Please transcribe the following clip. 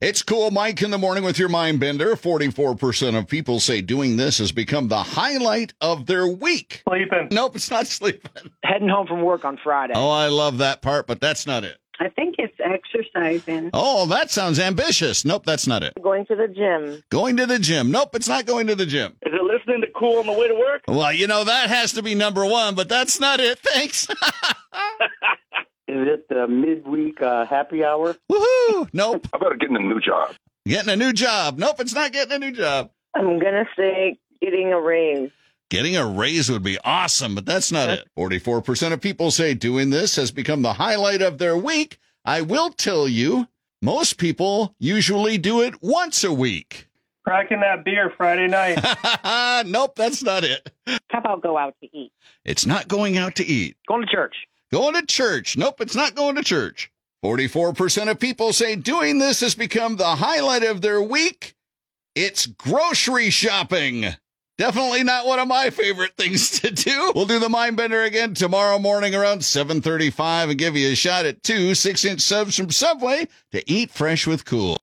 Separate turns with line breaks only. It's cool, Mike, in the morning with your mind bender. 44% of people say doing this has become the highlight of their week.
Sleeping.
Nope, it's not sleeping.
Heading home from work on Friday.
Oh, I love that part, but that's not it.
I think it's exercising,
Oh, that sounds ambitious. Nope, that's not it.
going to the gym.
Going to the gym. Nope, it's not going to the gym.
Is it listening to Cool on the way to work?
Well, you know, that has to be number one, but that's not it. Thanks.
Is it the midweek uh, happy hour?
Woohoo. Nope.
How about getting a new job?
Getting a new job. Nope, it's not getting a new job.
I'm gonna say getting a raise.
Getting a raise would be awesome, but that's not it. 44% of people say doing this has become the highlight of their week. I will tell you, most people usually do it once a week.
Cracking that beer Friday night.
nope, that's not it.
How about go out to eat?
It's not going out to eat.
Going to church.
Going to church. Nope, it's not going to church. 44% of people say doing this has become the highlight of their week. It's grocery shopping. Definitely not one of my favorite things to do. We'll do the mind bender again tomorrow morning around 7:35 and give you a shot at two 6-inch subs from Subway to eat fresh with cool.